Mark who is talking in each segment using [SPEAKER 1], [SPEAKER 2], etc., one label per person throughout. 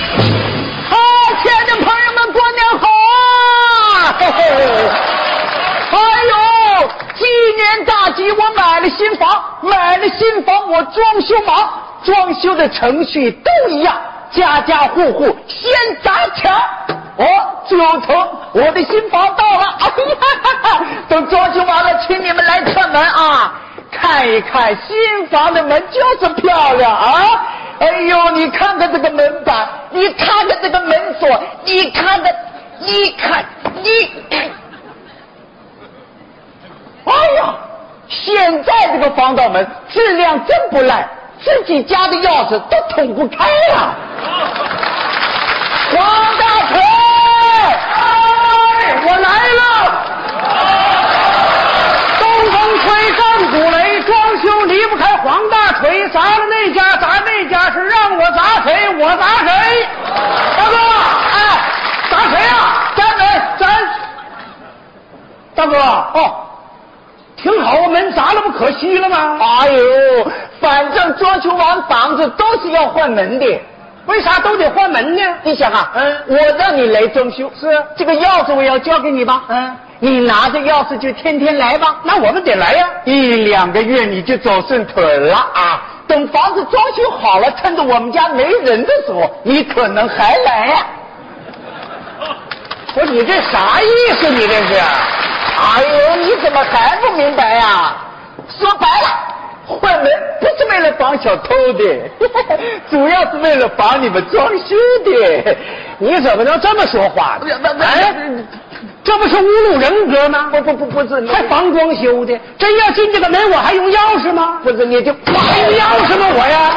[SPEAKER 1] 啊哎急，我买了新房，买了新房，我装修忙，装修的程序都一样，家家户户先砸墙。哦，九层，我的新房到了，哎呀，哈哈等装修完了，请你们来串门啊，看一看新房的门就是漂亮啊。哎呦，你看看这个门板，你看看这个门锁，你看看，你看，你看。哎呀，现在这个防盗门质量真不赖，自己家的钥匙都捅不开呀、王大锤，哎我来了。
[SPEAKER 2] 东风吹战鼓擂，装修离不开黄大锤，砸了那家砸那家，是让我砸谁我砸谁。
[SPEAKER 1] 大哥，哎，砸谁啊呀、咱咱咱，
[SPEAKER 2] 大哥，哦，挺好啊，门砸了不可惜了吗？
[SPEAKER 1] 哎呦，反正装修完房子都是要换门的。
[SPEAKER 2] 为啥都得换门呢？
[SPEAKER 1] 你想啊，
[SPEAKER 2] 嗯
[SPEAKER 1] 我让你来装修，
[SPEAKER 2] 是
[SPEAKER 1] 这个钥匙我要交给你吧，
[SPEAKER 2] 嗯，
[SPEAKER 1] 你拿着钥匙就天天来吧，
[SPEAKER 2] 那我们得来呀、
[SPEAKER 1] 一两个月你就走顺腿儿了啊！等房子装修好了，趁着我们家没人的时候，你可能还来啊呀、不是你这啥意思？你这是？哎呦，你怎么还不明白呀、说白了，换门不是为了防小偷的，主要是为了防你们装修的。
[SPEAKER 2] 你怎么能这么说话呢？
[SPEAKER 1] 哎，
[SPEAKER 2] 这不是侮辱人格吗？
[SPEAKER 1] 不不不不是，
[SPEAKER 2] 还防装修的，真要进这个门，我还用钥匙吗？
[SPEAKER 1] 不是你就
[SPEAKER 2] 我还用钥匙吗？我呀，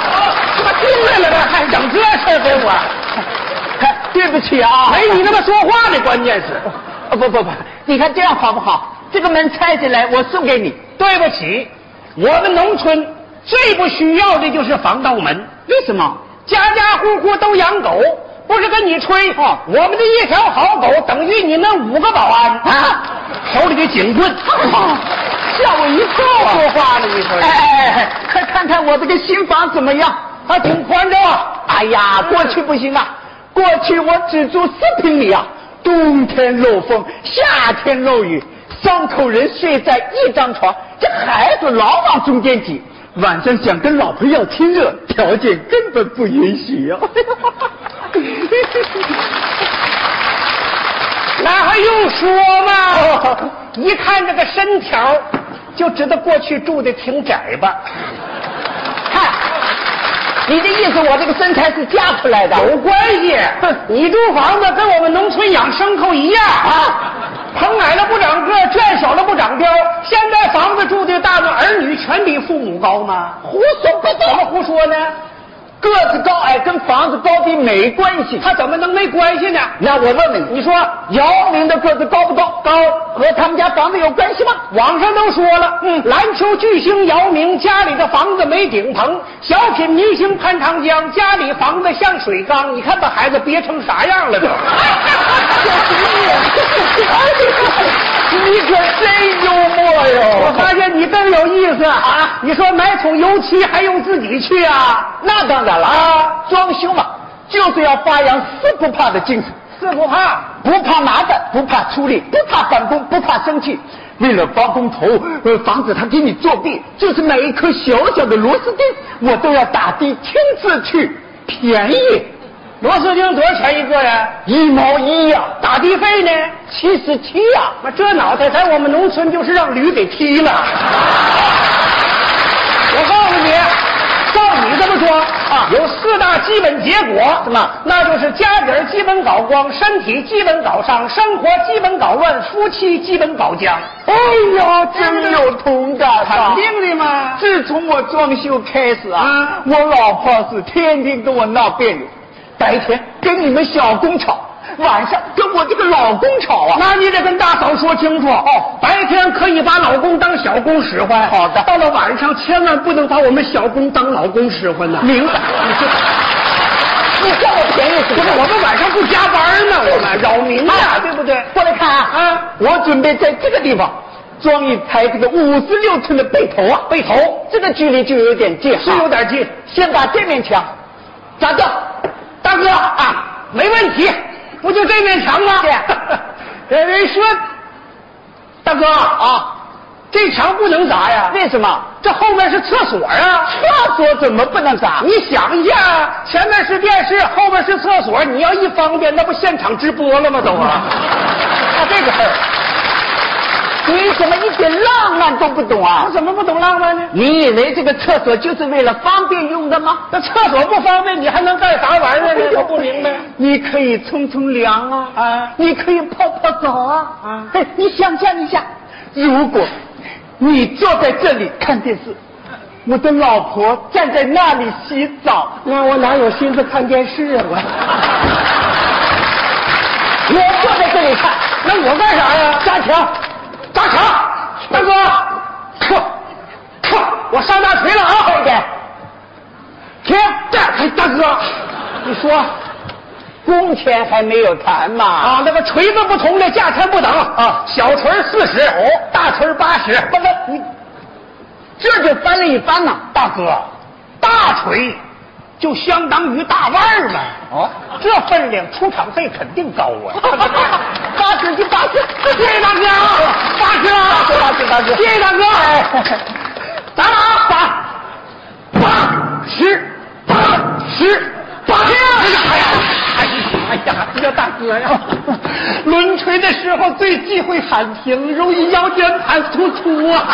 [SPEAKER 1] 他妈进来了呗，还整这事儿给 我，对不起啊，
[SPEAKER 2] 没你那么说话呢，关键是。
[SPEAKER 1] 啊不不不，你看这样好不好？这个门拆下来，我送给你。
[SPEAKER 2] 对不起，我们农村最不需要的就是防盗门，
[SPEAKER 1] 为什么？
[SPEAKER 2] 家家户户都养狗，不是跟你吹
[SPEAKER 1] 哦
[SPEAKER 2] 我们的一条好狗等于你们五个保安
[SPEAKER 1] 啊，
[SPEAKER 2] 手里的警棍。
[SPEAKER 1] 吓我一跳啊！
[SPEAKER 2] 说话呢，你说
[SPEAKER 1] 哎哎哎，快看看我这个新房怎么样？
[SPEAKER 2] 还挺宽敞啊。
[SPEAKER 1] 哎呀，过去不行啊，过去我只住四平米啊，冬天漏风，夏天漏雨，三口人睡在一张床，这孩子老往中间挤。晚上想跟老婆要亲热，条件根本不允许啊呀、
[SPEAKER 2] 那还用说吗？一看这个身条，就知道过去住的挺窄吧。
[SPEAKER 1] 看，你的意思我这个身材是嫁出来的？
[SPEAKER 2] 有关系
[SPEAKER 1] 哼。
[SPEAKER 2] 你住房子跟我们农村养牲口一样啊，棚矮了不长个，圈小了不长膘。现在房子住的大了，儿女全比父母高吗？
[SPEAKER 1] 胡说八
[SPEAKER 2] 怎么
[SPEAKER 1] 道！
[SPEAKER 2] 胡说呢？
[SPEAKER 1] 个子高矮跟房子高低没关系。
[SPEAKER 2] 他怎么能没关系呢？
[SPEAKER 1] 那我问问你，
[SPEAKER 2] 你说，
[SPEAKER 1] 姚明的个子高不高？高，和他们家房子有关系吗？
[SPEAKER 2] 网上都说了，嗯，篮球巨星姚明家里的房子没顶棚，小品明星潘长江家里房子像水缸，你看把孩子憋成啥样 了都。
[SPEAKER 1] 你可真幽默
[SPEAKER 2] 我
[SPEAKER 1] 哟！
[SPEAKER 2] 发现你更有意思
[SPEAKER 1] 啊
[SPEAKER 2] 你说买桶油漆还用自己去啊？
[SPEAKER 1] 那当然了啊，装修嘛，就是要发扬四不怕的精神，
[SPEAKER 2] 是不怕？
[SPEAKER 1] 不怕麻烦，不怕出力，不怕返工，不怕生气。为了包工头，呃，防止他给你作弊，就是买一颗小小的螺丝钉，我都要打的亲自去，便宜，
[SPEAKER 2] 螺丝钉多少钱一个呀？
[SPEAKER 1] 一毛一呀、
[SPEAKER 2] 打的费呢？
[SPEAKER 1] 七十七呀。
[SPEAKER 2] 妈，啊这脑袋在我们农村就是让驴给踢了。我告诉你，照你这么说
[SPEAKER 1] 啊
[SPEAKER 2] 有四大基本结果，
[SPEAKER 1] 什么
[SPEAKER 2] 那就是家底儿基本搞光，身体基本搞伤，生活基本搞乱，夫妻基本搞僵。
[SPEAKER 1] 哎呀，真有同感啊呐！
[SPEAKER 2] 的嘛。
[SPEAKER 1] 自从我装修开始啊
[SPEAKER 2] 啊，
[SPEAKER 1] 我老婆是天天跟我闹别扭，白天跟你们小工吵，晚上跟我这个老公吵啊。
[SPEAKER 2] 那你得跟大嫂说清楚
[SPEAKER 1] 哦
[SPEAKER 2] 白天可以把老公当小公使唤，
[SPEAKER 1] 好的
[SPEAKER 2] 到了晚上千万不能把我们小公当老公使唤呐。
[SPEAKER 1] 明白？你这，你占我便宜什
[SPEAKER 2] 不是，我们晚上不加班呢，我们扰民
[SPEAKER 1] 啊
[SPEAKER 2] 呀，对不对？
[SPEAKER 1] 过来看啊！
[SPEAKER 2] 啊
[SPEAKER 1] 我准备在这个地方装一台这个五十六寸的背头啊，背头，这个距离就有点近，啊
[SPEAKER 2] 是有。点近，
[SPEAKER 1] 先把这面墙砸掉，
[SPEAKER 2] 大哥啊，没问题，不就这面墙吗？
[SPEAKER 1] 对
[SPEAKER 2] 人人说，大哥啊，
[SPEAKER 1] 啊，这墙不能砸呀，
[SPEAKER 3] 为什么？
[SPEAKER 1] 这后面是厕所啊。
[SPEAKER 3] 厕所怎么不能砸？
[SPEAKER 1] 你想一下，前面是电视，后面是厕所，你要一方便，那不现场直播了吗？都 啊，啊这个事儿，
[SPEAKER 3] 你怎么一点浪漫都不懂啊
[SPEAKER 1] 我？怎么不懂浪漫呢？
[SPEAKER 3] 你以为这个厕所就是为了方便用的吗？
[SPEAKER 1] 那厕所不方便，你还能干啥玩 意儿呢？我不明白。
[SPEAKER 3] 你可以冲冲凉啊，
[SPEAKER 1] 啊
[SPEAKER 3] 你可以泡泡澡啊，
[SPEAKER 1] 啊
[SPEAKER 3] 嘿你想象一下，如果你坐在这里看电视，我的老婆站在那里洗澡，
[SPEAKER 1] 那我哪有心思看电视啊？我
[SPEAKER 3] 我坐在这里看，
[SPEAKER 1] 那我干啥呀？
[SPEAKER 3] 砸墙，
[SPEAKER 1] 大肠，大 哥，嚯，嚯，我上大锤了啊！
[SPEAKER 3] 快点，
[SPEAKER 1] 停，这大哥，你说
[SPEAKER 3] 工钱还没有谈嘛？
[SPEAKER 1] 啊，那个锤子不同的价钱不等
[SPEAKER 3] 啊
[SPEAKER 1] 小锤四十，哦，大锤八十，
[SPEAKER 3] 不不，你这就翻了一番呐，
[SPEAKER 1] 大哥，大锤就相当于大腕儿呗。
[SPEAKER 3] 哦，
[SPEAKER 1] 这分量出场费肯定高啊！
[SPEAKER 3] 八十就八十，
[SPEAKER 1] 谢谢大哥啊，大哥啊，
[SPEAKER 3] 大哥大哥
[SPEAKER 1] 谢谢大哥，
[SPEAKER 3] 哎
[SPEAKER 1] 咱俩啊，八八十八十八十，哎呀哎呀哎呀，这叫大哥呀！抡锤的时候最忌讳喊停，容易腰间盘突出啊！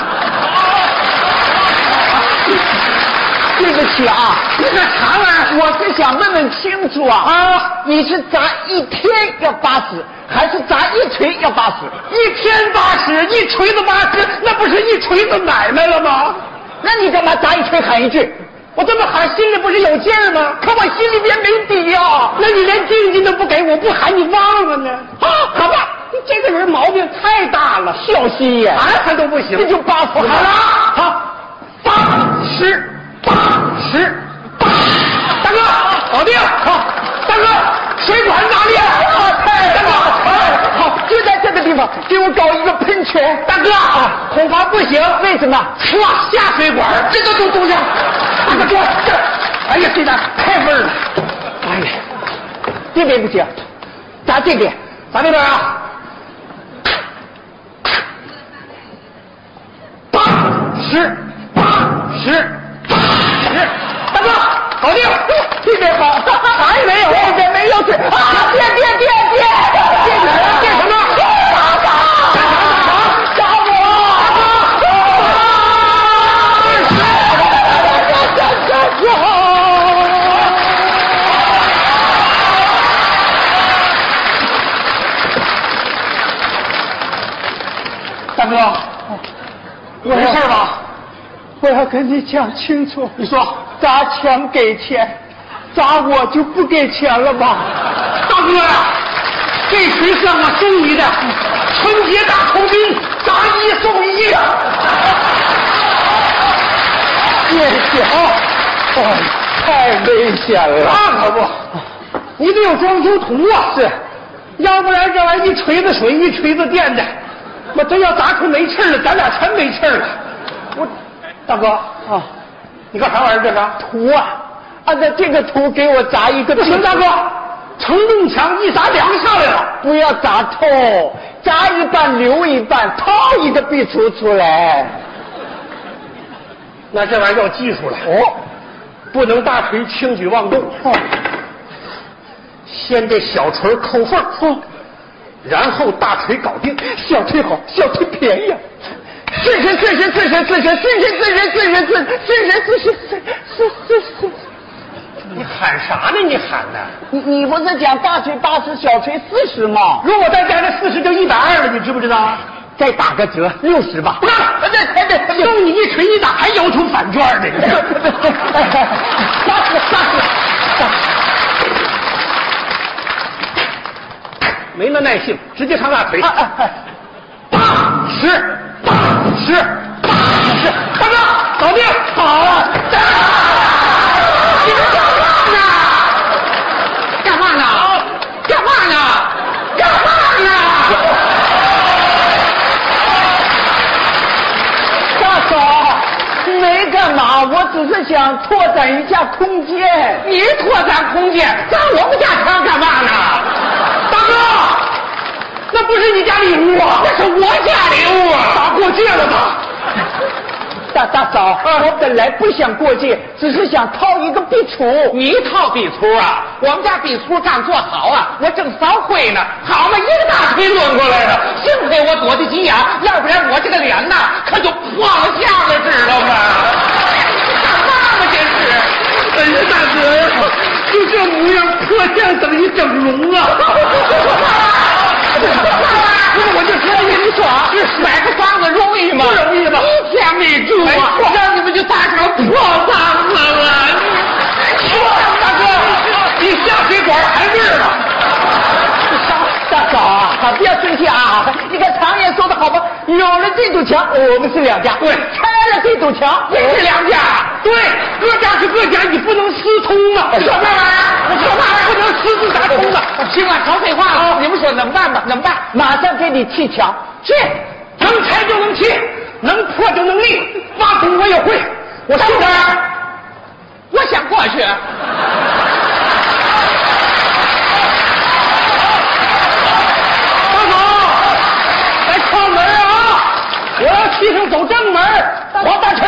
[SPEAKER 3] 对不起啊，
[SPEAKER 1] 你这啥玩意
[SPEAKER 3] 我是想问问清楚啊
[SPEAKER 1] 儿啊？
[SPEAKER 3] 你是砸一天要八十，还是砸一锤要八十？
[SPEAKER 1] 一天八十，一锤子八十，那不是一锤子买卖了吗？
[SPEAKER 3] 那你干嘛砸一锤喊一句？
[SPEAKER 1] 我这么喊心里不是有劲儿吗？
[SPEAKER 3] 可我心里边没底呀、
[SPEAKER 1] 那你连静静都不给我，不喊你忘了呢？啊，好吧，你这个人毛病太大了，
[SPEAKER 3] 小心眼，
[SPEAKER 1] 喊喊都不行。
[SPEAKER 3] 这就八十
[SPEAKER 1] 好了，好，八十，八十，八，大哥，搞定，好，大哥，水管哪里？啊，太大哥，哎好，
[SPEAKER 3] 好，就在这个地方给我搞一个喷泉。
[SPEAKER 1] 大哥，啊，恐怕不行，
[SPEAKER 3] 为什么？
[SPEAKER 1] 唰下水管，这都都都下，大哥，这，哎呀，这家太味儿了，哎呀。
[SPEAKER 3] 这边不行，砸这边。
[SPEAKER 1] 咱这边啊，八十，八十，八十，大哥，搞定，这边好， 啥也没有，
[SPEAKER 3] 这边没有水啊！变变变变！变什么？变什么？砸砸砸砸砸我！
[SPEAKER 1] 大哥，有事儿吧？
[SPEAKER 3] 我要跟你讲清楚，
[SPEAKER 1] 你说，
[SPEAKER 3] 砸墙给钱，砸我就不给钱了吧？
[SPEAKER 1] 大哥呀、这谁算我送你的，春节大酬宾，砸一送一呀、
[SPEAKER 3] 谢谢啊！哦，太危险了！
[SPEAKER 1] 那可啊不，你得有装修图啊，是，要不然这玩意儿一锤子水一锤子电的，我真要砸出没气儿了，咱俩全没气儿了。我，大哥，
[SPEAKER 3] 啊，
[SPEAKER 1] 你干啥玩意儿这是？
[SPEAKER 3] 图啊，按照这个图给我砸一个
[SPEAKER 1] 不
[SPEAKER 3] 图。
[SPEAKER 1] 行，大哥，承重墙一砸梁上来了。
[SPEAKER 3] 不要砸透，砸一半留一半，掏一个壁橱出来。
[SPEAKER 1] 那这玩意儿要技术了，
[SPEAKER 3] 哦，
[SPEAKER 1] 不能大锤轻举妄动，
[SPEAKER 3] 哦，
[SPEAKER 1] 先这小锤抠缝儿，
[SPEAKER 3] 哦
[SPEAKER 1] 然后大锤搞定。
[SPEAKER 3] 小腿好，小腿便宜啊。四十四十四十四十四十四十四十四四十四十四四十。
[SPEAKER 1] 你喊啥呢？你喊呢？
[SPEAKER 3] 你你不是讲大锤八十，小锤四十吗？
[SPEAKER 1] 如果再加上四十，就一百二了，你知不知道？
[SPEAKER 3] 再打个折，六十吧
[SPEAKER 1] 不。干了，这还得送你一锤一打，还要求返券呢。你这
[SPEAKER 3] 杀死杀死！
[SPEAKER 1] 没那耐性，直接上大锤。
[SPEAKER 3] 啊啊啊！
[SPEAKER 1] 八十，八十，八十，大哥，搞定，好啊了。你们干嘛呢？干嘛呢？干嘛呢？干嘛呢？
[SPEAKER 3] 大嫂，没干嘛，我只是想拓展一下空间。
[SPEAKER 1] 你拓展空间，砸我们家墙干嘛呢？大哥，那不是你家里屋啊，那是我家里屋啊，打过界了吧？
[SPEAKER 3] 大大嫂，我本来不想过去，只是想套一个壁橱。
[SPEAKER 1] 你套笔粗啊？我们家笔粗干做好啊，我正扫灰呢，好嘛，一个大锤抡过来了，幸亏我躲得急眼，要不然我这个脸呐，可就破了相了，知道吗？干嘛嘛这是？
[SPEAKER 2] 哎呀，大哥，就这模样，破相等于整容啊！
[SPEAKER 1] 不是，我就觉得你爽，买个房子容易吗？
[SPEAKER 2] 不容易吧？哎
[SPEAKER 1] 一天没住
[SPEAKER 2] 没
[SPEAKER 1] 啊
[SPEAKER 2] 错，
[SPEAKER 1] 让你们就搭成破房子了。大哥，你下水管还味儿吗？
[SPEAKER 3] 大嫂啊，啊不要生气啊！你看常言说的好吧，有了这堵墙，哦我们是两家；
[SPEAKER 1] 对
[SPEAKER 3] 拆了这堵墙，哦
[SPEAKER 1] 你是两家，
[SPEAKER 2] 对，各家是各家，你不能私通
[SPEAKER 3] 哎
[SPEAKER 2] 啊！
[SPEAKER 1] 什么玩意儿？我说话不能私自打通啊！行了，少废话了，你们说怎么办吧？怎么办？
[SPEAKER 3] 哦马上给你砌墙。
[SPEAKER 2] 去，能拆就能砌，能破就能立，挖土我也会。我
[SPEAKER 1] 等
[SPEAKER 2] 是
[SPEAKER 1] 会儿，我想过去。啊
[SPEAKER 2] 大嫂，来敲门啊！我要替上走正门，啊
[SPEAKER 3] 黄大锤，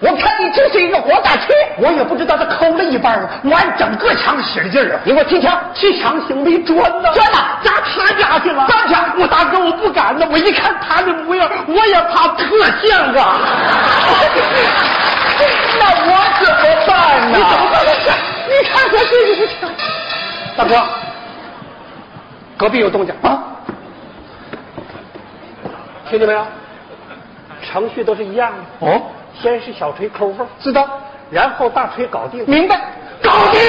[SPEAKER 3] 我看你就是一个黄大锤。
[SPEAKER 2] 我也不知道他抠了一半啊，我按整个墙使劲啊！
[SPEAKER 3] 你给我砌墙，
[SPEAKER 2] 砌墙行没砖呢？
[SPEAKER 3] 砖呐
[SPEAKER 2] 砸他家去了。当家，我大哥我不敢呢，我一看他这模样，我也怕特像 啊。
[SPEAKER 3] 那我怎么办呢？
[SPEAKER 2] 你怎么办呢？你看我这个墙。大哥，隔壁有动静啊！听见没有？程序都是一样的。
[SPEAKER 3] 哦，
[SPEAKER 2] 先是小锤抠缝，
[SPEAKER 3] 知道，
[SPEAKER 2] 然后大锤搞定。
[SPEAKER 3] 明白。
[SPEAKER 2] 搞定！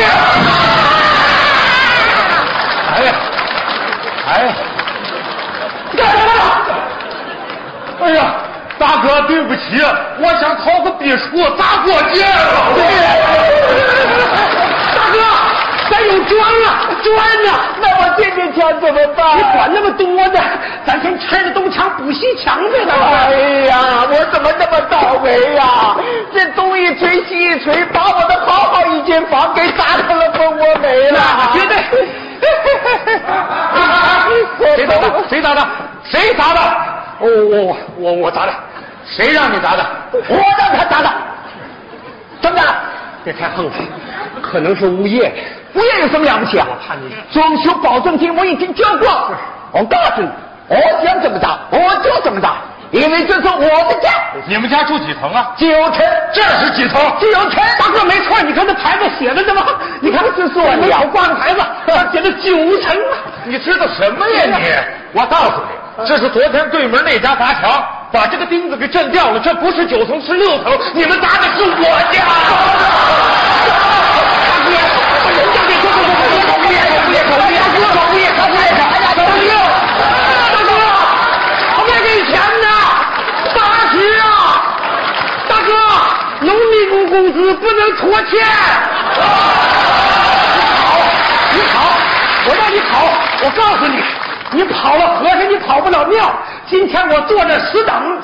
[SPEAKER 1] 哎呀，哎呀，
[SPEAKER 2] 干什么？
[SPEAKER 1] 哎呀，大哥，对不起，我想掏个笔触砸过界 了。
[SPEAKER 2] 大哥，咱有砖了，砖呢？
[SPEAKER 3] 那我这面墙怎么办？
[SPEAKER 2] 你管那么多呢？咱先拆了东墙补西墙去，咱
[SPEAKER 3] 哎
[SPEAKER 2] 们。
[SPEAKER 3] 呀，我怎么那么倒霉呀、这东一锤西一锤，把我的好好一间房给砸成了蜂窝煤了。
[SPEAKER 2] 绝对。
[SPEAKER 1] 谁砸的？谁砸的？谁砸的？哦，我我我砸的。谁让你砸的？
[SPEAKER 3] 我让他砸的，怎么的？
[SPEAKER 2] 别太横了，可能是物业的。
[SPEAKER 3] 物业有什么了不起啊？
[SPEAKER 2] 怕你
[SPEAKER 3] 装修保证金我已经交过，我告诉你，我想怎么砸我就怎么砸，因为这是我的家，
[SPEAKER 1] 你们家住几层啊？
[SPEAKER 3] 九成
[SPEAKER 1] 这是几层？
[SPEAKER 3] 九成。
[SPEAKER 2] 大哥没错，你看这牌子写的怎么？你看这是我们有挂的牌子，它写的九层啊。
[SPEAKER 1] 你知道什么呀你？我告诉你，这是昨天对门那家砸墙，把这个钉子给震掉了。这不是九层，是六层。你们砸的是我家。
[SPEAKER 2] 工资不能拖欠。你跑，我让你跑，我告诉你，你跑了和尚你跑不了庙。今天我坐这死等，